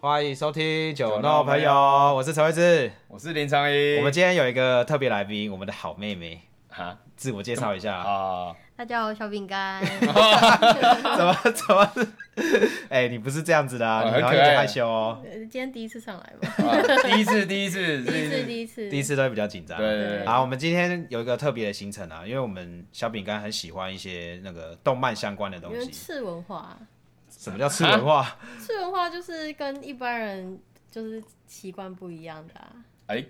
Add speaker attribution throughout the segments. Speaker 1: 欢迎收听酒肉朋友，我是陈慧芝。
Speaker 2: 我是林长一。
Speaker 1: 我们今天有一个特别来宾，我们的好妹妹，
Speaker 2: 啊
Speaker 1: 自我介绍一下。
Speaker 2: 啊，
Speaker 3: 大家好，我小 饼干。
Speaker 1: 怎么怎么？哎、你不是 这样子的、啊，
Speaker 2: 哦
Speaker 1: 你
Speaker 2: 很
Speaker 1: 然后
Speaker 2: 可
Speaker 1: 有点
Speaker 2: 爱
Speaker 1: 害羞哦。
Speaker 3: 呃今天第一次上来吧？
Speaker 2: 啊第一次，第一次，
Speaker 3: 第一次，
Speaker 2: 一次。
Speaker 3: 第一次，
Speaker 1: 第一次都会比较紧张。
Speaker 2: 对对对，
Speaker 1: 好，我们今天有一个特别的行程啊，因为我们小饼干很喜欢一些那个动漫相关的
Speaker 3: 因
Speaker 1: 东
Speaker 3: 为
Speaker 1: 西。
Speaker 3: 次文化，
Speaker 1: 什么叫吃文化？
Speaker 3: 次文化就是跟一般人就是习惯不一样的啊。
Speaker 2: 哎，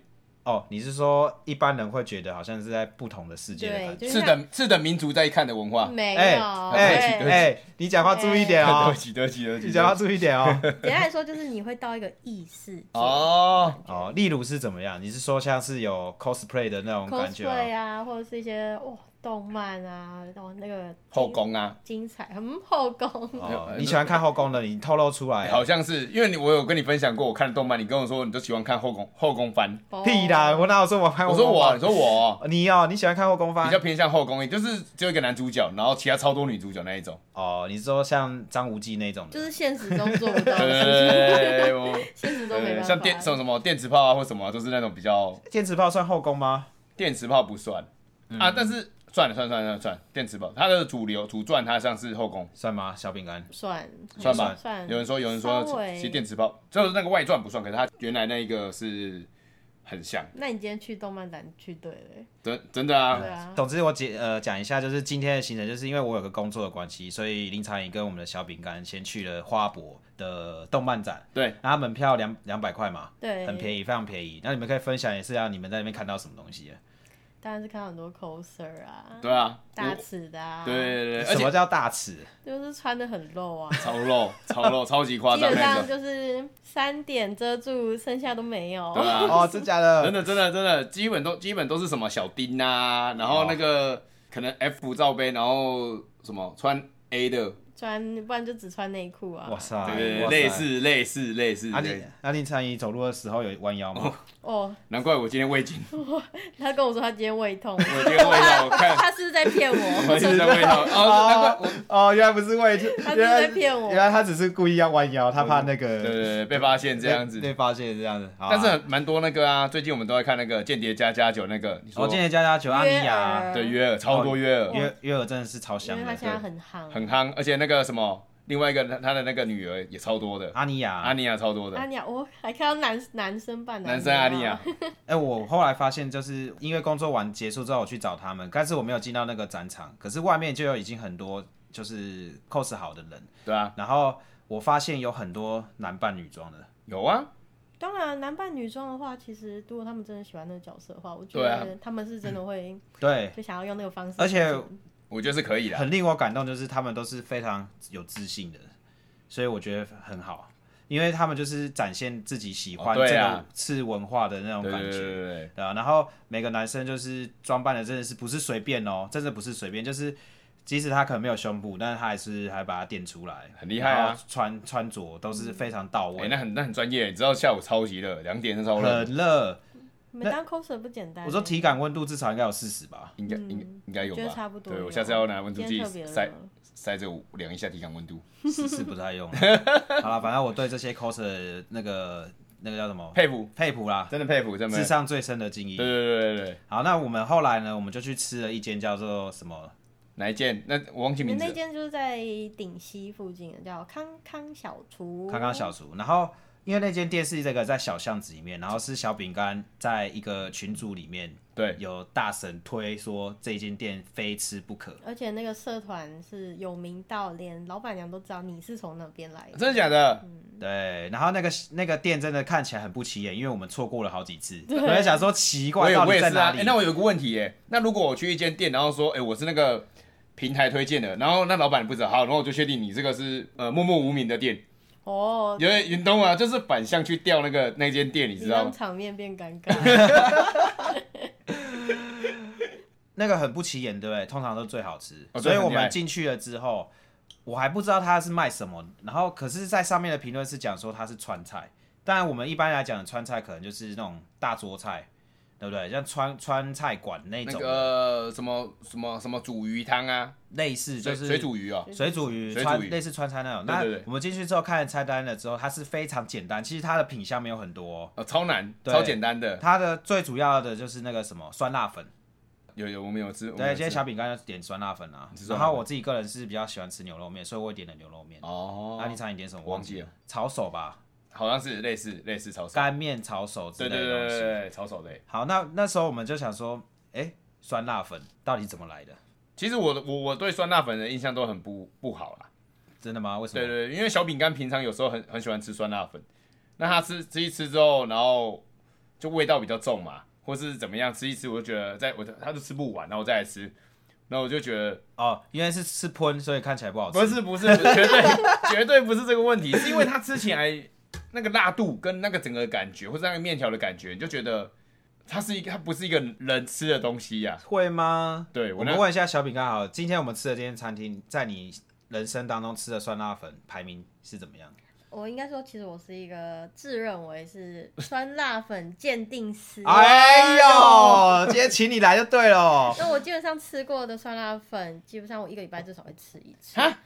Speaker 1: 哦，你是说一般人会觉得好像是在不同的世界的感觉？
Speaker 3: 对就是
Speaker 2: 是等是等民族在看的文化。
Speaker 3: 没有，
Speaker 1: 哎哎
Speaker 2: 对不起
Speaker 1: 哎，你讲话注意一点
Speaker 2: 对
Speaker 1: 哦
Speaker 2: 不，起，对不起，对不
Speaker 1: 你
Speaker 2: 起。
Speaker 1: 讲话注意一点哦。
Speaker 3: 简单来说就是你会到一个异世界啊
Speaker 2: 哦，
Speaker 1: 哦，例如是怎么样？你是说像是有 cosplay 的那种感觉、
Speaker 3: ，cosplay
Speaker 1: 啊？
Speaker 3: 啊，或者是一些哇动漫啊，然后那个
Speaker 2: 后宫啊，
Speaker 3: 精彩，很后宫。
Speaker 1: 哦，你喜欢看后宫的，你透露出来、
Speaker 2: 好像是，因为你我有跟你分享过，我看的动漫，你跟我说你都喜欢看后宫后宫番。
Speaker 1: 屁
Speaker 3: 哦
Speaker 1: 啦！我哪有说我看
Speaker 2: 我
Speaker 1: 后
Speaker 2: 说
Speaker 1: 宫
Speaker 2: 我啊，
Speaker 1: 番？
Speaker 2: 你说我哦
Speaker 1: 你哦，你喜欢看后宫
Speaker 2: 比
Speaker 1: 番
Speaker 2: 较？偏向后宫，就是只有一个男主角，然后其他超多女主角那一种。
Speaker 1: 哦，你是说像张无忌那种的？
Speaker 3: 就是现实中做不到
Speaker 2: 对
Speaker 3: 的
Speaker 2: 对
Speaker 3: 事情，
Speaker 2: 对对对，我
Speaker 3: 现实中没
Speaker 2: 对
Speaker 3: 办法。
Speaker 2: 像电什么什么电磁炮啊，或什么啊都是那种比较
Speaker 1: 电磁炮算后宫吗？
Speaker 2: 电磁炮不算
Speaker 3: 嗯
Speaker 2: 啊，但是算了算了算了算了，电磁炮它的主流主传它像是后宫。
Speaker 1: 算吗？小饼干
Speaker 3: 算
Speaker 2: 算吧
Speaker 3: 算
Speaker 2: 有人说，有人说，
Speaker 3: 嗯稍微
Speaker 2: 其实电磁炮就是那个外传不算，可是它原来那一个是很像，
Speaker 3: 那你今天去动漫展去对了欸，
Speaker 2: 真真的啊
Speaker 3: 对，啊，
Speaker 1: 总之我解呃讲一下，就是今天的行程，就是因为我有个工作的关系，所以林长颖跟我们的小饼干先去了花博的动漫展，
Speaker 2: 对，
Speaker 1: 那它门票两两百块嘛，
Speaker 3: 对，
Speaker 1: 很便宜，非常便宜。那你们可以分享一下你们在那边看到什么东西？啊
Speaker 3: 当然是看到很多 coser 啊，
Speaker 2: 对啊，
Speaker 3: 大
Speaker 2: 我
Speaker 3: 尺的啊，
Speaker 2: 对，对对，而
Speaker 1: 什么
Speaker 2: 且，
Speaker 1: 叫大尺？啊
Speaker 3: 就是穿的很露啊
Speaker 2: 超肉超肉超级 夸
Speaker 3: 基
Speaker 2: 张
Speaker 3: 本
Speaker 2: 那
Speaker 3: 上
Speaker 2: 种，
Speaker 3: 就是三点遮住，剩下都没有。
Speaker 2: 对啊，
Speaker 1: 哦，真假
Speaker 2: 真
Speaker 1: 的？
Speaker 2: 的真的真的，基本都基本都是什么小丁啊，
Speaker 1: 哦
Speaker 2: 然后那个可能 F 罩杯，然后什么穿 A 的，
Speaker 3: 穿，不然就只穿内裤啊。
Speaker 1: 哇塞，
Speaker 2: 对对对，
Speaker 1: 哎哇塞啊
Speaker 2: 类。似类似类似，
Speaker 1: 阿
Speaker 2: 类
Speaker 1: 令
Speaker 2: 似
Speaker 1: 阿令参与走路的时候有弯腰吗？
Speaker 3: 哦，
Speaker 2: 难怪我今天胃镜，
Speaker 3: 他跟我说他今天胃痛，
Speaker 2: 我今天胃痛，我看
Speaker 3: 他是不是在 骗
Speaker 2: 我
Speaker 3: 我？
Speaker 2: 今天胃痛， 哦，难怪我
Speaker 1: 哦，原来不是为，
Speaker 3: 他是
Speaker 1: 原来
Speaker 3: 在骗我
Speaker 1: 原来他只是故意要弯腰，他怕那个
Speaker 2: 对对对，被发现这样子。
Speaker 1: 被发现这样子。好啊
Speaker 2: 但是很蛮多那个啊，最近我们都在看那个《间谍加加酒》那个，你说
Speaker 1: 我哦今天加加球阿尼
Speaker 3: 约
Speaker 1: 亚
Speaker 3: 尔
Speaker 2: 对约尔超多约尔，
Speaker 1: 哦约约尔真的是超
Speaker 3: 因
Speaker 1: 香
Speaker 3: 为呃他
Speaker 1: 的，
Speaker 3: 现在
Speaker 1: 对
Speaker 3: 很夯。
Speaker 2: 很夯，而且那个什么，另外一个他的那个女儿也超多的，
Speaker 1: 阿尼
Speaker 2: 阿
Speaker 1: 亚。
Speaker 2: 尼亚超多
Speaker 3: 阿
Speaker 2: 的，
Speaker 3: 尼亚，哎我还看到男男生扮
Speaker 2: 男生阿尼
Speaker 3: 啊
Speaker 2: 亚，
Speaker 1: 哎，我后来发现，就是因为工作完结束之后，我去找他们，但是我没有进到那个展场，可是外面就有已经很多就是 cos 好的人，
Speaker 2: 对啊，
Speaker 1: 然后我发现有很多男扮女装的，
Speaker 2: 有啊，
Speaker 3: 当然，男扮女装的话，其实如果他们真的喜欢那个角色的话，我觉
Speaker 2: 对啊
Speaker 3: 得他们是真的会
Speaker 1: 对，
Speaker 3: 就想要用那个方式
Speaker 1: 而
Speaker 3: 进行。
Speaker 1: 且
Speaker 2: 我觉得是可以的，
Speaker 1: 很令我感动，就是他们都是非常有自信的，所以我觉得很好，因为他们就是展现自己喜欢
Speaker 2: 哦对
Speaker 1: 这
Speaker 2: 啊
Speaker 1: 个次文化的那种
Speaker 2: 对
Speaker 1: 感
Speaker 2: 对对
Speaker 1: 觉。
Speaker 2: 对对，
Speaker 1: 对啊，然后每个男生就是装扮的真的是不是随便哦，真的不是随便，就是即使他可能没有胸部，但是他还是还把它垫出来，
Speaker 2: 很厉害啊！
Speaker 1: 穿穿着都是非常到
Speaker 2: 哎，
Speaker 1: 位，
Speaker 2: 那很那很专业，你知道下午超级热，两点是超热，
Speaker 1: 很热。
Speaker 3: 你们当 coser 不简单欸。
Speaker 1: 我说体感温度至少应该有四十 吧，
Speaker 2: 应该应应该有
Speaker 3: 嗯我觉得
Speaker 2: 吧
Speaker 3: 差不？多有。
Speaker 2: 对我下次要拿温度
Speaker 3: 今
Speaker 2: 计
Speaker 3: 天特别热
Speaker 2: 塞塞着我量一下体感温度，
Speaker 1: 是是不太用了。好了，反正我对这些 cos 的那个那个叫什么
Speaker 2: 佩服，
Speaker 1: 佩服啦，
Speaker 2: 真的佩服，真的佩
Speaker 1: 智
Speaker 2: 服，
Speaker 1: 商最深的精
Speaker 2: 对
Speaker 1: 英。
Speaker 2: 对对对对，
Speaker 1: 好，那我们后来呢，我们就去吃了一间叫做什么？
Speaker 2: 哪一件？那我忘记
Speaker 3: 你
Speaker 2: 名
Speaker 3: 们
Speaker 2: 字
Speaker 3: 那
Speaker 2: 了，
Speaker 3: 间就是在顶溪附近的，叫康康小厨。
Speaker 1: 康康小厨。然后因为那间店是这个在小巷子里面，然后是小饼干在一个群组里面
Speaker 2: 对，
Speaker 1: 有大神推说这间店非吃不可。
Speaker 3: 而且那个社团是有名到连老板娘都知道你是从哪边来的。
Speaker 2: 真的假的？
Speaker 1: 对，然后那个那个店真的看起来很不起眼，因为我们错过了好几次。我在想说奇
Speaker 2: 我
Speaker 1: 怪
Speaker 2: 也
Speaker 1: 到
Speaker 2: 我
Speaker 1: 底
Speaker 2: 也
Speaker 1: 在
Speaker 2: 是啊
Speaker 1: 哪，
Speaker 2: 欸
Speaker 1: 里？
Speaker 2: 那我有个问题耶、那如果我去一间店，然后说，哎、我是那个平台推荐的，然后那老板不知道，好，然后我就确定你这个是呃默默无名的店，
Speaker 3: 哦，
Speaker 2: 因为云东啊，就是反向去调那个那间店，你
Speaker 3: 你
Speaker 2: 知道
Speaker 3: 让
Speaker 2: 吗？
Speaker 3: 场面变尴 尬。
Speaker 1: 那个很不起眼，对不对？通常都最好吃，
Speaker 2: 哦对
Speaker 1: 所以我
Speaker 2: 很厉害
Speaker 1: 们进去了之后，我还不知道它是卖什么，然后可是，在上面的评论是讲说它是川菜，当然我们一般来讲的川菜可能就是那种大桌菜，对不对？像川川菜馆那
Speaker 2: 那
Speaker 1: 种的，
Speaker 2: 个什么什么什么煮鱼汤啊，
Speaker 1: 类似就
Speaker 2: 水
Speaker 1: 是
Speaker 2: 水煮鱼哦，
Speaker 1: 水煮鱼
Speaker 2: 水煮
Speaker 1: 川
Speaker 2: 鱼
Speaker 1: 类似川菜那种。
Speaker 2: 对
Speaker 1: 那
Speaker 2: 对对
Speaker 1: 我们进去之后看菜单了之后，它是非常简单，其实它的品相没有很多哦、
Speaker 2: 哦超难，
Speaker 1: 对
Speaker 2: 超简单的。
Speaker 1: 它的最主要的就是那个什么酸辣粉，
Speaker 2: 有有，我们有吃，我们
Speaker 1: 对，
Speaker 2: 有
Speaker 1: 今天
Speaker 2: 吃
Speaker 1: 小饼干就点酸辣粉啊
Speaker 2: 你吃。酸
Speaker 1: 然
Speaker 2: 辣粉
Speaker 1: 后我自己个人是比较喜欢吃牛肉面，所以我也点了牛肉面。
Speaker 2: 哦
Speaker 1: 那，啊你猜你点什么？
Speaker 2: 我忘记了，
Speaker 1: 炒手吧，
Speaker 2: 好像是类似类似炒手，
Speaker 1: 干面炒手之
Speaker 2: 对
Speaker 1: 类
Speaker 2: 对对
Speaker 1: 的东
Speaker 2: 对对
Speaker 1: 西。
Speaker 2: 对炒手类。
Speaker 1: 好，那那时候我们就想说，哎，酸辣粉到底怎么来的？
Speaker 2: 其实我的我我对酸辣粉的印象都很不不好啦。
Speaker 1: 真的吗？为什么？
Speaker 2: 对对，对因为小饼干平常有时候很很喜欢吃酸辣粉，那他吃吃一吃之后，然后就味道比较重嘛，或是怎么样，吃一吃我就觉得在我他就吃不完，然后我再来吃，然后我就觉得
Speaker 1: 哦，因为是吃喷，所以看起来不好吃。
Speaker 2: 不是不是， 绝对绝对不是这个问题，是因为它吃起来那个辣度跟那个整个感觉，或是那个面条的感觉，你就觉得它是一个它不是一个人吃的东西呀、
Speaker 1: 会吗？
Speaker 2: 对
Speaker 1: 我
Speaker 2: 我
Speaker 1: 们
Speaker 2: 那
Speaker 1: 问一下小饼干好了，今天我们吃的这间餐厅，在你人生当中吃的酸辣粉排名是怎么样？。
Speaker 3: 我应该说，其实我是一个自认为是酸辣粉鉴定师
Speaker 2: 哦
Speaker 1: 哎呦，今天请你来就对了。哦
Speaker 3: 那我基本上吃过的酸辣粉，基本上我一个礼拜至少会吃一次。
Speaker 2: 啊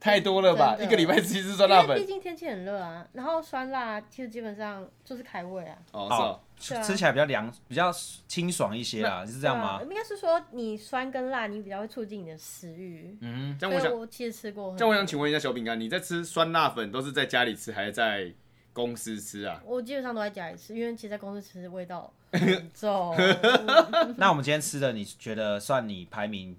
Speaker 2: 太多了吧，
Speaker 3: 真
Speaker 2: 一
Speaker 3: 的
Speaker 2: 个礼拜吃一次酸辣
Speaker 3: 因为
Speaker 2: 粉
Speaker 3: 毕竟天气很热啊，然后酸辣其实基本上就是开胃啊。
Speaker 2: 哦是哦
Speaker 1: 哦，
Speaker 3: 对啊
Speaker 1: 吃起来比较凉，比较清爽一些啦，是这样吗
Speaker 3: 对啊？应该是说你酸跟辣，你比较会促进你的食欲。
Speaker 1: 嗯，
Speaker 2: 这样我
Speaker 3: 所
Speaker 2: 想
Speaker 3: 以我其实吃过很多。
Speaker 2: 像我想请问一下小饼干，你在吃酸辣粉都是在家里吃还是在公司吃啊？
Speaker 3: 我基本上都在家里吃，因为其实在公司吃味道很重。嗯
Speaker 1: 那我们今天吃的，你觉得算你排名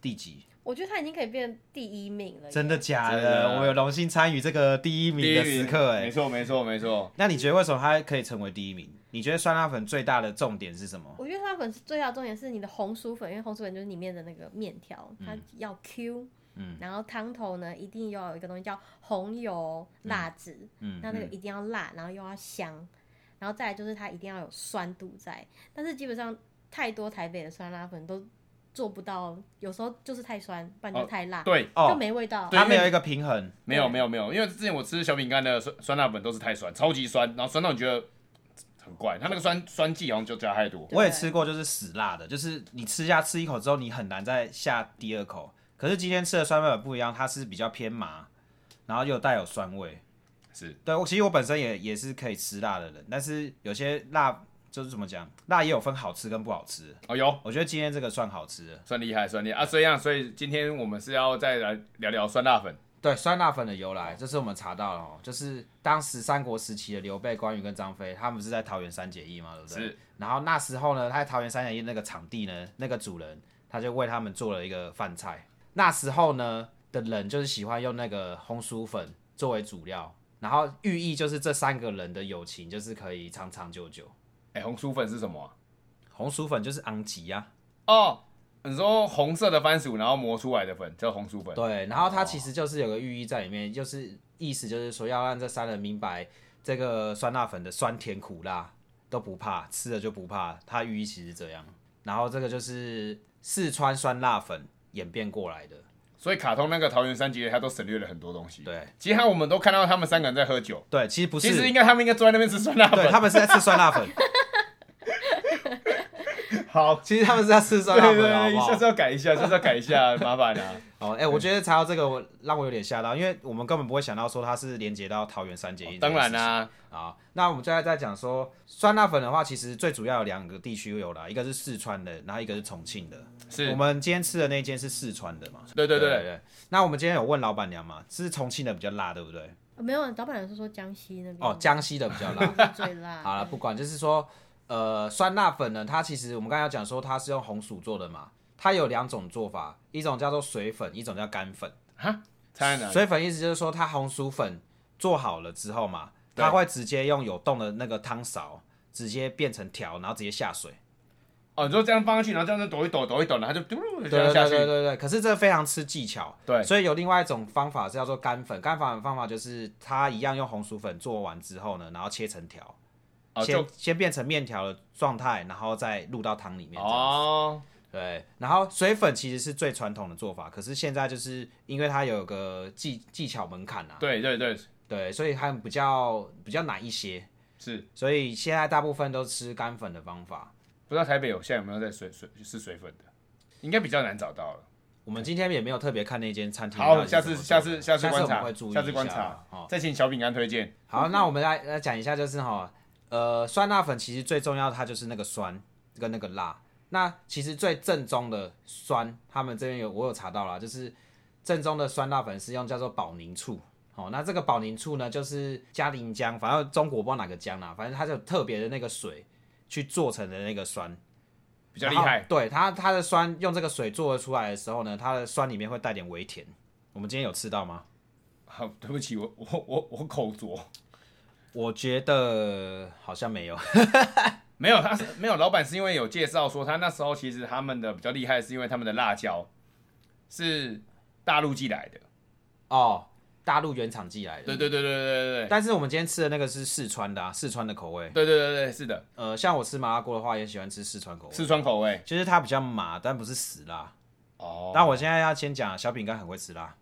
Speaker 1: 第几？
Speaker 3: 我觉得它已经可以变第一名了耶。
Speaker 1: 真的假
Speaker 2: 真的啊
Speaker 1: 的？我有荣幸参与这个第一名的时刻，
Speaker 2: 没
Speaker 1: 哎，
Speaker 2: 错没错没错，
Speaker 1: 那你觉得为什么它可以成为第一名？你觉得酸辣粉最大的重点是什么？
Speaker 3: 我觉得它粉是最大的重点是你的红薯粉，因为红薯粉就是里面的那个面条，它要 Q，嗯，然后汤头呢一定要有一个东西叫红油辣子，
Speaker 1: 嗯
Speaker 3: 那那个一定要辣，然后又要香，然后再来就是它一定要有酸度在，但是基本上太多台北的酸辣粉都做不到，有时候就是太酸，不然就太辣，
Speaker 2: 对，
Speaker 3: 就
Speaker 1: 哦，
Speaker 3: 没味道。
Speaker 2: 对
Speaker 1: 它没
Speaker 2: 因
Speaker 1: 有
Speaker 2: 为
Speaker 1: 一个平衡。
Speaker 2: 没有没有没有，因为之前我吃小饼干的酸酸辣粉都是太酸，超级酸，然后酸到你觉得很怪，它那个酸酸剂好像就加太多。
Speaker 3: 对
Speaker 1: 我也吃过，就是死辣的，就是你吃下吃一口之后，你很难再下第二口。可是今天吃的酸粉不一样，它是比较偏麻，然后又带有酸味。
Speaker 2: 是，
Speaker 1: 对我其实我本身也也是可以吃辣的人，但是有些辣就是怎么讲，辣也有分好吃跟不好吃。
Speaker 2: 哦哟，
Speaker 1: 我觉得今天这个算好吃的，
Speaker 2: 算厉害算厉害啊！所以啊，所以今天我们是要再来聊聊酸辣粉。
Speaker 1: 对酸辣粉的由来，这是我们查到了哦，就是当时三国时期的刘备、关羽跟张飞，他们是在桃园三结义嘛，对不对？
Speaker 2: 是。
Speaker 1: 然后那时候呢，他在桃园三结义那个场地呢，那个主人他就为他们做了一个饭菜。那时候呢的人就是喜欢用那个红薯粉作为主料，然后寓意就是这三个人的友情就是可以长长久久。
Speaker 2: 哎、红薯粉是什么啊、
Speaker 1: 红薯粉就是昂吉啊呀、
Speaker 2: 哦，你说红色的番薯，然后磨出来的粉叫红薯粉。
Speaker 1: 对，然后它其实就是有个寓意在里面，就是意思就是说要让这三人明白这个酸辣粉的酸甜苦辣都不怕，吃了就不怕，它寓意其实这样。然后这个就是四川酸辣粉演变过来的，
Speaker 2: 所以卡通那个桃园三结义，它都省略了很多东西。
Speaker 1: 对
Speaker 2: 其实他我们都看到他们三个人在喝酒，
Speaker 1: 对，其实不是，
Speaker 2: 其实应该他们应该坐在那边吃酸辣
Speaker 1: 对
Speaker 2: 粉。
Speaker 1: 他们是在吃酸辣粉，
Speaker 2: 好，
Speaker 1: 其实他们是在吃酸
Speaker 2: 对
Speaker 1: 辣
Speaker 2: 对
Speaker 1: 粉，好不
Speaker 2: 对，下次
Speaker 1: 好？
Speaker 2: 要改一下，下次要改一下，麻烦啊 了、
Speaker 1: 哦，哎、我觉得查到这个我让我有点吓到，因为我们根本不会想到说它是连接到桃园三结义、
Speaker 2: 当然啦、
Speaker 1: 好，啊那我们现在在讲说酸辣粉的话，其实最主要有两个地区有啦，一个是四川的，然后一个是重庆的。我
Speaker 2: 是，
Speaker 1: 们今天吃的那间是四川的嘛？
Speaker 2: 对对对
Speaker 1: 对。那我们今天有问老板娘嘛，是重庆的比较辣，对不对？
Speaker 3: 呃没有，老板娘是说江西
Speaker 2: 嗯
Speaker 3: 那边
Speaker 1: 哦，江西的比较 辣。
Speaker 3: 是最辣。
Speaker 1: 好了，不管，就是说，呃，酸辣粉呢，它其实我们刚才有讲说它是用红薯做的嘛，它有两种做法，一种叫做水粉，一种叫干粉。
Speaker 2: 哈，猜哪里？
Speaker 1: 水粉意思就是说，它红薯粉做好了之后嘛，它
Speaker 2: 对
Speaker 1: 会直接用有洞的那个汤勺直接变成条，然后直接下水。
Speaker 2: 哦，你说这样放上去，然后这样子抖一抖，抖一抖，然后就嘟噜
Speaker 1: 对
Speaker 2: 这
Speaker 1: 对
Speaker 2: 样下
Speaker 1: 对
Speaker 2: 去
Speaker 1: 对。对。可是这非常吃技巧，
Speaker 2: 对
Speaker 1: 所以有另外一种方法是叫做干粉。干粉的方法就是它一样用红薯粉做完之后呢，然后切成条，
Speaker 2: 哦，
Speaker 1: 先
Speaker 2: 就
Speaker 1: 先变成面条的状态，然后再入到汤里面。哦，
Speaker 2: 哦，
Speaker 1: 对。然后水粉其实是最传统的做法，可是现在就是因为它有个技技巧门槛啊，
Speaker 2: 对对对，
Speaker 1: 对，所以它比较比较难一些。
Speaker 2: 是
Speaker 1: 所以现在大部分都吃干粉的方法。
Speaker 2: 不知道台北有现在有没有在水水是水粉的，应该比较难找到了。
Speaker 1: 我们今天也没有特别看那间餐厅到
Speaker 2: 好，
Speaker 1: 底是
Speaker 2: 下
Speaker 1: 怎么做
Speaker 2: 次
Speaker 1: 的。
Speaker 2: 下次下次
Speaker 1: 我
Speaker 2: 观
Speaker 1: 们
Speaker 2: 察
Speaker 1: 会注意，一
Speaker 2: 下次观察
Speaker 1: 啦哦，
Speaker 2: 再请小饼干推荐。
Speaker 1: 好，那我们来来讲一下，就是哈，呃，酸辣粉其实最重要，它就是那个酸跟那个辣。那其实最正宗的酸，他们这边有我有查到啦，就是正宗的酸辣粉是用叫做保宁醋。哦，那这个保宁醋呢，就是嘉陵江，反正中国不知道哪个江啦、反正它就有特别的那个水去做成的那个酸，
Speaker 2: 比较厉
Speaker 1: 然后
Speaker 2: 害，
Speaker 1: 对它它的酸用这个水做得出来的时候呢，它的酸里面会带点微甜。我们今天有吃到吗？
Speaker 2: 好，对不起，我我我我口拙，
Speaker 1: 我觉得好像没有。
Speaker 2: 没有，他是没有，老板是因为有介绍说，他那时候其实他们的比较厉害，是因为他们的辣椒是大陆寄来的，
Speaker 1: 哦，大陆原厂寄来的。
Speaker 2: 对对对对对对对
Speaker 1: 但是我们今天吃的那个是四川的、啊，四川的口味。
Speaker 2: 对对对对，是的，
Speaker 1: 呃，像我吃麻辣锅的话，也喜欢吃四川口味。
Speaker 2: 四川口味
Speaker 1: 就是它比较麻，但不是死辣。
Speaker 2: 哦，
Speaker 1: 但我现在要先讲，小饼干很会吃辣。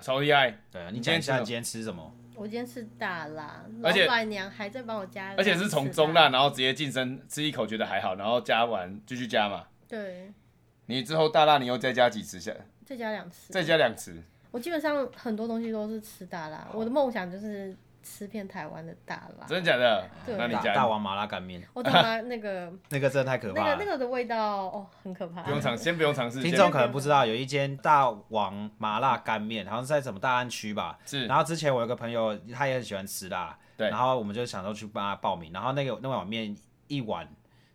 Speaker 2: 超厉害，
Speaker 1: 对，啊
Speaker 2: 你
Speaker 1: 你讲一下
Speaker 2: 今天吃什么
Speaker 1: 你今天吃什么？
Speaker 3: 我今天吃大辣，
Speaker 2: 而
Speaker 3: 老
Speaker 2: 且
Speaker 3: 板娘还在帮我加，
Speaker 2: 而且是从中辣，
Speaker 3: 辣，
Speaker 2: 然后直接晋升，吃一口觉得还好，然后加完继续加嘛。
Speaker 3: 对，
Speaker 2: 你之后大辣你又再加几次下，
Speaker 3: 再加两次，
Speaker 2: 再加两次，
Speaker 3: 我基本上很多东西都是吃大辣，我的梦想就是吃遍台湾的大辣。
Speaker 2: 真的假的？
Speaker 3: 对
Speaker 2: 那你
Speaker 1: 大啊大
Speaker 2: 加，
Speaker 1: 王麻辣干面，
Speaker 3: 我他妈那个
Speaker 1: 那个真的太可
Speaker 3: 那
Speaker 1: 怕
Speaker 3: 个
Speaker 1: 了。
Speaker 3: 那个的味道哦，很可怕。
Speaker 2: 不用尝，先不用尝试。
Speaker 1: 听
Speaker 2: 先
Speaker 1: 众可能不知道，有一间大王麻辣干面，好像是在什么大安区吧。
Speaker 2: 是
Speaker 1: 然后之前我有个朋友，他也很喜欢吃辣，
Speaker 2: 对
Speaker 1: 然后我们就想说去帮他报名，然后那个那碗面一碗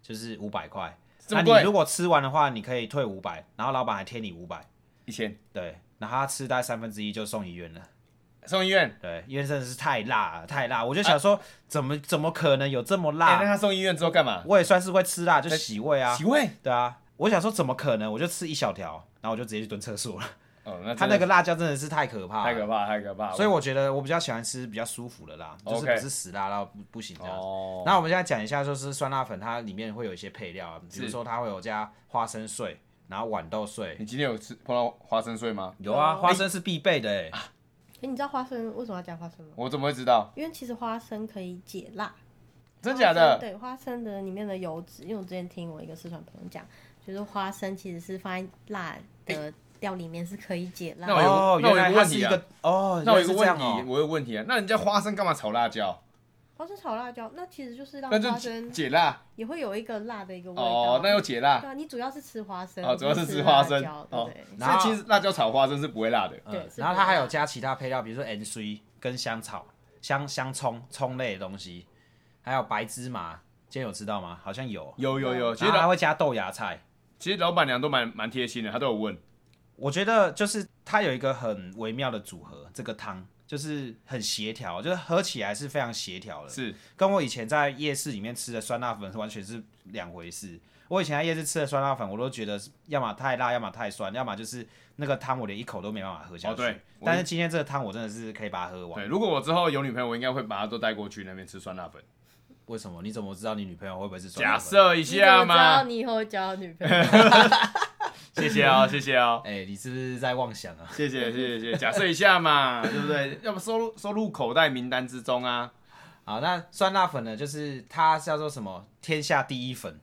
Speaker 1: 就是五百块，
Speaker 2: 这
Speaker 1: 那
Speaker 2: 么
Speaker 1: 啊你
Speaker 2: 贵
Speaker 1: 如果吃完的话，你可以退五百，然后老板还贴你五百，
Speaker 2: 一千
Speaker 1: 对。然后他吃大概三分之一就送医院了，
Speaker 2: 送医院。
Speaker 1: 对，因为真的是太辣了，太辣。我就想说，怎么怎么可能有这么辣？
Speaker 2: 啊哎那他送医院之后干嘛？
Speaker 1: 我也算是会吃辣，就洗胃啊
Speaker 2: 洗，胃。
Speaker 1: 对啊。我想说怎么可能？我就吃一小条，然后我就直接去蹲厕所了。
Speaker 2: 哦，那
Speaker 1: 它
Speaker 2: 真
Speaker 1: 那
Speaker 2: 的
Speaker 1: 个辣椒真的是太可怕，
Speaker 2: 太可。怕，太可怕了。哦
Speaker 1: 所以我觉得我比较喜欢吃比较舒服的辣，就是
Speaker 2: OK
Speaker 1: 不是死辣到不不行这样子。
Speaker 2: 哦，
Speaker 1: 那我们现在讲一下，就是酸辣粉它里面会有一些配料啊，比如
Speaker 2: 是
Speaker 1: 说它会有加花生碎，然后豌豆碎，
Speaker 2: 你今天有吃碰到花生碎吗？
Speaker 1: 有啊，
Speaker 3: 哦
Speaker 1: 花生是必备的哎、
Speaker 3: 哎、你知道花生为什么要加花生吗？
Speaker 2: 我怎么会知道？
Speaker 3: 因为其实花生可以解辣。
Speaker 2: 真假
Speaker 3: 花生
Speaker 2: 的？
Speaker 3: 对，花生的里面的油脂，因为我之前听我一个四川朋友讲，就是花生其实是放在辣的料里面是可以解辣。
Speaker 2: 那我有
Speaker 1: 哦，
Speaker 2: 那我有
Speaker 1: 原来
Speaker 2: 个
Speaker 1: 它
Speaker 2: 问
Speaker 1: 是
Speaker 2: 题
Speaker 1: 一
Speaker 2: 啊
Speaker 1: 个哦，
Speaker 2: 那我
Speaker 1: 原来
Speaker 2: 有个
Speaker 1: 是这
Speaker 2: 问
Speaker 1: 样
Speaker 2: 题，
Speaker 1: 哦
Speaker 2: 我有个问题啊。那人家花生干嘛炒辣椒？
Speaker 3: 花生炒辣椒，那其实就是让
Speaker 2: 那
Speaker 3: 花
Speaker 2: 就
Speaker 3: 生
Speaker 2: 解辣
Speaker 3: 也会有一个辣的一个味道。
Speaker 2: 哦，那要解辣
Speaker 3: 对。啊，你主要是吃花生，
Speaker 2: 哦，主要是
Speaker 3: 不
Speaker 2: 吃花
Speaker 3: 辣
Speaker 2: 生
Speaker 3: 椒对
Speaker 2: 哦
Speaker 3: 不对？。
Speaker 2: 所以其实辣椒炒花生是不会辣的。
Speaker 3: 对
Speaker 1: 嗯，
Speaker 3: 是
Speaker 1: 然后
Speaker 3: 不
Speaker 1: 它
Speaker 3: 一
Speaker 1: 还有
Speaker 3: 样
Speaker 1: 加其他配料，比如说 N C 跟香草、香香葱、葱类的东西，还有白芝麻，今天有吃到吗？好像有。
Speaker 2: 有有有，其
Speaker 1: 然
Speaker 2: 实
Speaker 1: 后它
Speaker 2: 老
Speaker 1: 会加豆芽菜，
Speaker 2: 其实老板娘都蛮蛮贴心的，她都有问。
Speaker 1: 我觉得就是它有一个很微妙的组合，这个汤就是很协调，就是喝起来是非常协调的，
Speaker 2: 是
Speaker 1: 跟我以前在夜市里面吃的酸辣粉是完全是两回事。我以前在夜市吃的酸辣粉，我都觉得是要么太辣，要么太酸，要么就是那个汤我连一口都没办法喝下去。
Speaker 2: 哦对我
Speaker 1: 但是今天这个汤我真的是可以把它喝完
Speaker 2: 对。。如果我之后有女朋友，我应该会把她都带过去那边吃酸辣粉。
Speaker 1: 为什么？你怎么知道你女朋友会不会是酸辣
Speaker 2: 假
Speaker 1: 粉？
Speaker 2: 设一
Speaker 3: 你怎么
Speaker 2: 下
Speaker 3: 知道
Speaker 2: 嘛，
Speaker 3: 你以后会交女朋友？
Speaker 2: 谢谢哦，谢 谢哦，
Speaker 1: 哎、你是不是在妄想啊？
Speaker 2: 谢谢谢谢谢谢，假设一下嘛，对不对？要不收入收入口袋名单之中啊？
Speaker 1: 好，那酸辣粉呢？就是它叫做什么？天下第一粉。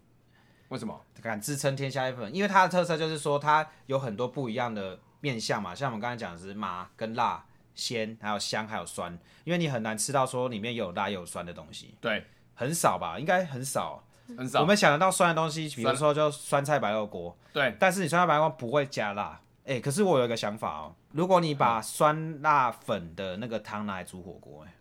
Speaker 2: 为什么？
Speaker 1: 敢自称天下一粉，因为它的特色就是说它有很多不一样的面相嘛，像我们刚才讲的是麻跟辣、鲜，还有香，还有酸，因为你很难吃到说里面有辣有酸的东西，
Speaker 2: 对，
Speaker 1: 很少吧，应该很少。
Speaker 2: 很
Speaker 1: 我
Speaker 2: 少。
Speaker 1: 们想得到酸的东西，比如说就酸菜白肉锅，
Speaker 2: 对，
Speaker 1: 但是你酸菜白肉锅不会加辣。哎、可是我有一个想法哦，如果你把酸辣粉的那个汤拿来煮火锅、哎，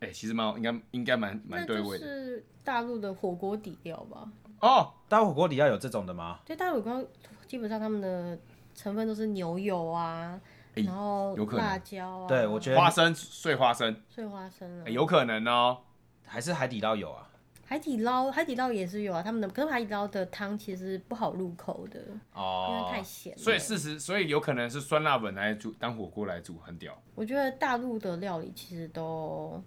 Speaker 2: 哎、其实蛮好应该应该蛮
Speaker 3: 那
Speaker 2: 蛮对
Speaker 3: 就
Speaker 2: 味的
Speaker 3: 是大陆的火锅底料吧？
Speaker 2: 哦。
Speaker 1: 但火锅里要有这种的吗？
Speaker 3: 对，大陆火锅基本上他们的成分都是牛油啊，
Speaker 2: 哎
Speaker 3: 然后
Speaker 2: 有可能
Speaker 3: 辣椒啊，
Speaker 1: 对我觉得
Speaker 2: 花生碎花生、
Speaker 3: 碎花生啊，
Speaker 2: 哎有可能哦。
Speaker 1: 还是海底捞有啊？
Speaker 3: 海底捞海底捞也是有啊，他们的可是海底捞的汤其实不好入口的，因为
Speaker 1: 哦
Speaker 3: 太咸了。
Speaker 2: 所以事实，所以有可能是酸辣粉来煮当火锅来煮，很屌。
Speaker 3: 我觉得大陆的料理其实都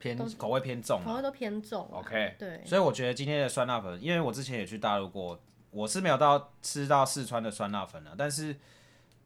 Speaker 1: 偏
Speaker 3: 都
Speaker 1: 口味偏重、啊，
Speaker 3: 口味都偏重啊、
Speaker 2: OK，
Speaker 3: 对，
Speaker 1: 所以我觉得今天的酸辣粉，啊因为我之前也去大陆过，我是没有到吃到四川的酸辣粉了、但是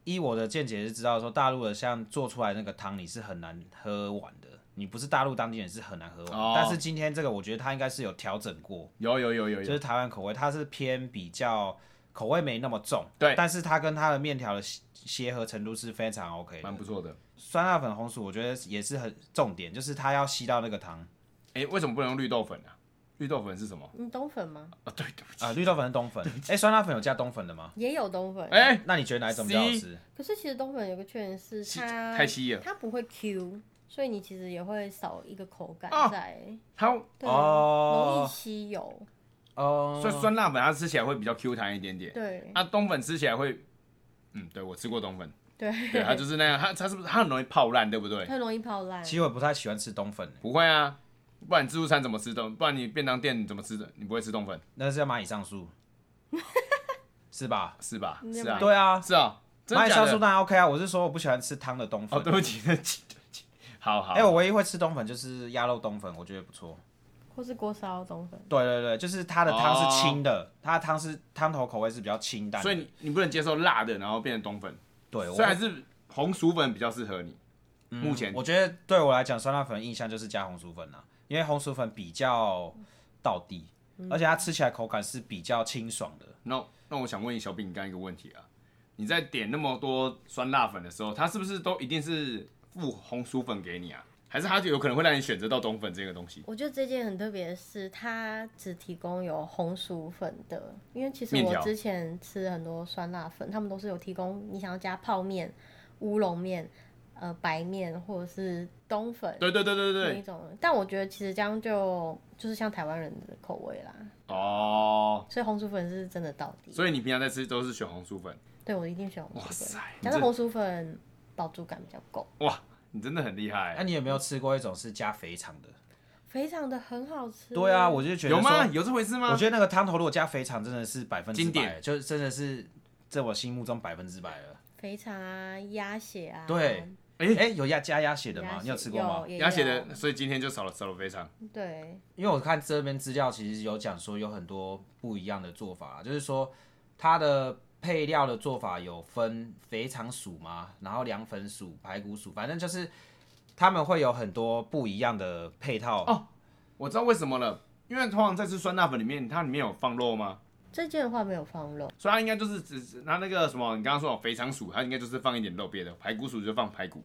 Speaker 1: 依我的见解是知道说，大陆的像做出来那个汤，你是很难喝完的。你不是大陆当地人是很难喝完的，
Speaker 2: 哦
Speaker 1: 但是今天这个我觉得它应该是有调整过，
Speaker 2: 有有有有
Speaker 1: 就
Speaker 2: 有，
Speaker 1: 是台湾口味，它是偏比较口味没那么重，
Speaker 2: 对
Speaker 1: 但是它跟它的面条的协协和程度是非常 OK 的
Speaker 2: 蛮。不错的。
Speaker 1: 酸辣粉红薯我觉得也是很重点，就是它要吸到那个汤
Speaker 2: 哎，为什么不能用绿豆粉啊？绿豆粉是什么？
Speaker 3: 你冬粉吗？
Speaker 2: 啊，对，对不起
Speaker 1: 啊、。绿豆粉是冬粉，哎、酸辣粉有加冬粉的吗？
Speaker 3: 也有冬粉，
Speaker 2: 哎，
Speaker 1: 那你觉得哪一种比较好吃？
Speaker 3: 可是其实冬粉有个缺点是
Speaker 2: 稀
Speaker 3: 它
Speaker 2: 太稀了
Speaker 3: 它不会 Q，所以你其实也会少一个口感
Speaker 2: 啊
Speaker 3: 在，
Speaker 2: 它
Speaker 3: 对，
Speaker 1: 哦
Speaker 3: 容易吸油，
Speaker 1: 哦、
Speaker 2: 所以酸辣粉它吃起来会比较 Q 弹一点点，
Speaker 3: 对
Speaker 2: 啊，冬粉吃起来会，嗯，对我吃过冬 粉，对，它
Speaker 3: 对，
Speaker 2: 就是那样，它它是不是它很容易泡烂，对不对？
Speaker 3: 它容易泡烂。
Speaker 1: 其实我不太喜欢吃冬粉，欸
Speaker 2: 不会啊，不然你自助餐怎么吃冬？不然你便当店怎么吃的？你不会吃冬粉
Speaker 1: 那是叫蚂蚁上树，是吧？
Speaker 2: 是吧？
Speaker 3: 你
Speaker 2: 是
Speaker 3: 买
Speaker 2: 啊，
Speaker 1: 对啊，
Speaker 2: 是啊，真
Speaker 1: 蚂
Speaker 2: 的
Speaker 1: 蚁
Speaker 2: 假
Speaker 1: 上树
Speaker 2: 的？
Speaker 1: 当然 OK 啊，我是说我不喜欢吃汤的冬
Speaker 2: 哦，
Speaker 1: 粉。
Speaker 2: 对不起，对不起，对不起，好好，
Speaker 1: 哎、我唯一会吃冬粉就是鸭肉冬粉，我觉得不错。
Speaker 3: 或是锅烧冬粉，
Speaker 1: 对对对，就是它的汤是清的，它的汤是汤头口味是比较清淡的。
Speaker 2: 哦所以你你不能接受辣的，然后变成冬粉，
Speaker 1: 对哎我嗯
Speaker 2: 所以还是红薯粉比较适合你。目前
Speaker 1: 我觉得对我来讲，酸辣粉的印象就是加红薯粉啊，因为红薯粉比较到底，而且它吃起来口感是比较清爽的。
Speaker 2: 那那我想问小饼干一个问题啊，你在点那么多酸辣粉的时候，它是不是都一定是附红薯粉给你啊？还是它就有可能会让你选择到冬粉这个东西？
Speaker 3: 我觉得这件很特别的是，它只提供有红薯粉的，因为其实
Speaker 2: 面
Speaker 3: 我
Speaker 2: 条
Speaker 3: 之前吃很多酸辣粉，他们都是有提供你想要加泡面、乌龙面、呃白面或者是冬粉
Speaker 2: 对对对对
Speaker 3: 那
Speaker 2: 对对，
Speaker 3: 一种，但我觉得其实这样就就是像台湾人的口味啦，
Speaker 2: 哦，
Speaker 3: 所以红薯粉是真的到底。
Speaker 2: 所以你平常在吃都是选红薯粉，
Speaker 3: 对我一定选红
Speaker 2: 哇
Speaker 3: 薯
Speaker 2: 塞
Speaker 3: 粉，，
Speaker 2: 你
Speaker 3: 但是
Speaker 2: 这
Speaker 3: 红薯粉饱足感比较够，
Speaker 2: 哇，你真的很厉
Speaker 1: 那、
Speaker 2: 害，
Speaker 1: 你有没有吃过一种是加肥肠的？
Speaker 3: 非常的很好吃。
Speaker 1: 对啊，我就觉得
Speaker 2: 有吗？
Speaker 1: 说
Speaker 2: 有这回事
Speaker 1: 我
Speaker 2: 吗？
Speaker 1: 觉得那个汤头如果加肥肠，真的是百分之
Speaker 2: 经
Speaker 1: 百，
Speaker 2: 典
Speaker 1: 就真的是在我心目中百分之百了。
Speaker 3: 肥肠啊、鸭血啊，
Speaker 1: 对，哎、
Speaker 2: 诶
Speaker 1: 有鸭加鸭血的
Speaker 3: 鸭
Speaker 1: 吗？
Speaker 3: 血
Speaker 1: 你有吃过吗？？
Speaker 3: 有
Speaker 2: 鸭血的，，所以今天就少了少了肥肠，
Speaker 3: 也有对，
Speaker 1: 因为我看这边资料其实有讲说有很多不一样的做法啦，就是说它的配料的做法有分肥肠薯嘛，然后凉粉薯、排骨薯，反正就是他们会有很多不一样的配套。
Speaker 2: 哦我知道为什么了，因为通常在吃酸辣粉里面，它里面有放肉吗？
Speaker 3: 这件的话没有放肉，
Speaker 2: 所以它应该就是只只拿那个什么，你刚刚说有肥肠薯，它应该就是放一点肉，别的排骨薯就放排骨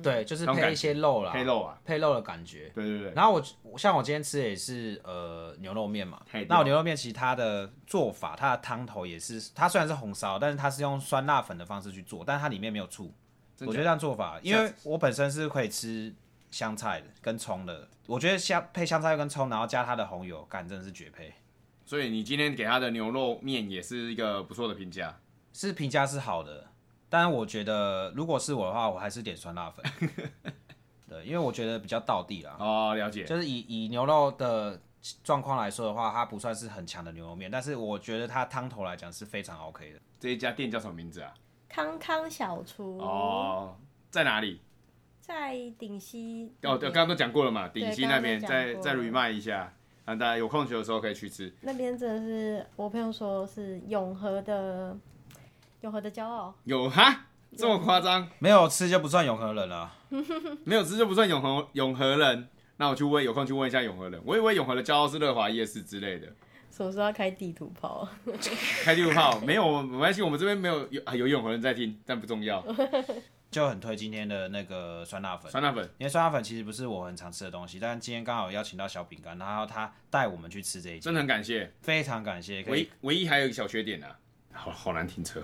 Speaker 1: 对，就是
Speaker 2: 那种感
Speaker 1: 配
Speaker 2: 觉
Speaker 1: 一些肉啦，
Speaker 2: 配肉啊，
Speaker 1: 配肉的感觉。
Speaker 2: 对对对，
Speaker 1: 然后我我像我今天吃的也是呃牛肉面嘛
Speaker 2: 嘿，
Speaker 1: 那我牛肉面其实它的做法，它的汤头也是，它虽然是红烧，但是它是用酸辣粉的方式去做，但它里面没有醋。
Speaker 2: 真
Speaker 1: 我觉
Speaker 2: 假
Speaker 1: 得这样做法，因
Speaker 2: 下
Speaker 1: 为我本身是可以吃香菜的跟葱的，我觉得香配香菜跟葱，然后加它的红油，干真的是绝配，
Speaker 2: 所以你今天给他的牛肉面也是一个不错的评价。
Speaker 1: 是评价是好的。但我觉得如果是我的话，我还是点酸辣 粉，对，因为我觉得比较到地啦。
Speaker 2: 哦，了解。
Speaker 1: 就是以以牛肉的状况来说的话，它不算是很强的牛肉面，但是我觉得它汤头来讲是非常 OK 的。
Speaker 2: 这一家店叫什么名字啊？
Speaker 3: 康康小厨，
Speaker 2: 哦，在哪里？
Speaker 3: 在顶溪
Speaker 2: 哦，对，刚刚都讲过了嘛，
Speaker 3: 对
Speaker 2: 顶溪那边，
Speaker 3: 刚刚
Speaker 2: 再
Speaker 3: 都讲过
Speaker 2: 再 remind 一下，让大家有空学的时候可以去吃。
Speaker 3: 那边真的是我朋友说是永和的永和的骄傲，
Speaker 2: 有哈，这么夸张？
Speaker 1: 没有吃就不算永和人了。
Speaker 2: 没有吃就不算永和永和人。那我去问，有空去问一下永和人。我以为永和的骄傲是乐华夜市之类的，
Speaker 3: 什么时候要开地图
Speaker 2: 哦
Speaker 3: 炮？
Speaker 2: 开六 号没有，没关系，我们这边没有有啊有永和人在听，但不重要。
Speaker 1: 哦就很推今天的那个酸辣粉，
Speaker 2: 酸辣粉，
Speaker 1: 因为酸辣粉其实不是我很常吃的东西，但今天刚好邀请到小饼干，然后他带我们去吃这一家，
Speaker 2: 真的很感谢。
Speaker 1: 非常感谢。可以
Speaker 2: 唯，唯一还有一个小缺点啊，好好难停车。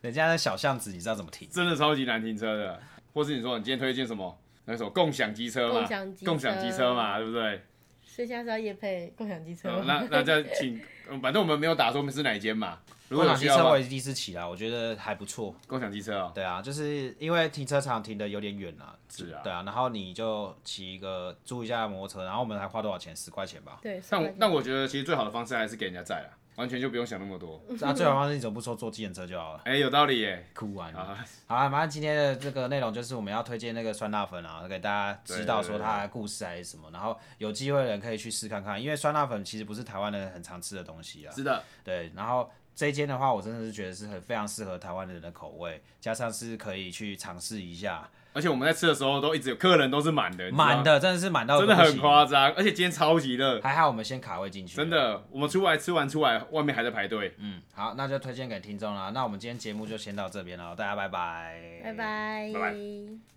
Speaker 1: 人家在小巷子，你知道怎么停？
Speaker 2: 真的超级难停车的。或是你说你今天推荐什么？那首共享机车嘛，
Speaker 3: 共享机车
Speaker 2: 共享机车嘛，对不对？
Speaker 3: 所以现在是要夜配共享机车
Speaker 2: 嗯
Speaker 3: 吗？
Speaker 2: 那那再请，嗯反正我们没有打说我们是哪一间嘛。如果有
Speaker 1: 共享
Speaker 2: 需
Speaker 1: 机
Speaker 2: 要的
Speaker 1: 车
Speaker 2: 话
Speaker 1: 我也是第一次骑啦，我觉得还不错。
Speaker 2: 共享机车哦，
Speaker 1: 对啊，就是因为停车场停的有点远啦，
Speaker 2: 是啊
Speaker 1: 对啊，然后你就骑一个租一下摩托车，然后我们还花多少钱？十块钱吧。
Speaker 3: 对，
Speaker 2: 但
Speaker 3: 是
Speaker 2: 我
Speaker 3: 吧
Speaker 2: 但我觉得其实最好的方式还是给人家载啦。完全就不用想那么多。
Speaker 1: 那、最好方式你怎么不说坐计程车就好了？
Speaker 2: 哎、有道理耶。
Speaker 1: 哭完了。
Speaker 2: 啊，
Speaker 1: 好了，马上今天的这个内容就是我们要推荐那个酸辣粉啊，给大家知道说它的故事还是什么，然后有机会的人可以去试看看，因为酸辣粉其实不是台湾人很常吃的东西啊。
Speaker 2: 是的，
Speaker 1: 对，然后这一间的话，我真的是觉得是很非常适合台湾人的口味，加上是可以去尝试一下，
Speaker 2: 而且我们在吃的时候都一直有客人都是满的，你知道吗
Speaker 1: 满，的真的是满到
Speaker 2: 真的
Speaker 1: 一个不
Speaker 2: 很
Speaker 1: 行
Speaker 2: 夸张。而且今天超级热，
Speaker 1: 还好我们先卡位进去，
Speaker 2: 真。的，我们出来吃完出来，外面还在排队。
Speaker 1: 嗯，好，那就推荐给听众啦。那我们今天节目就先到这边了，大家拜拜，
Speaker 3: 拜拜。
Speaker 2: 拜拜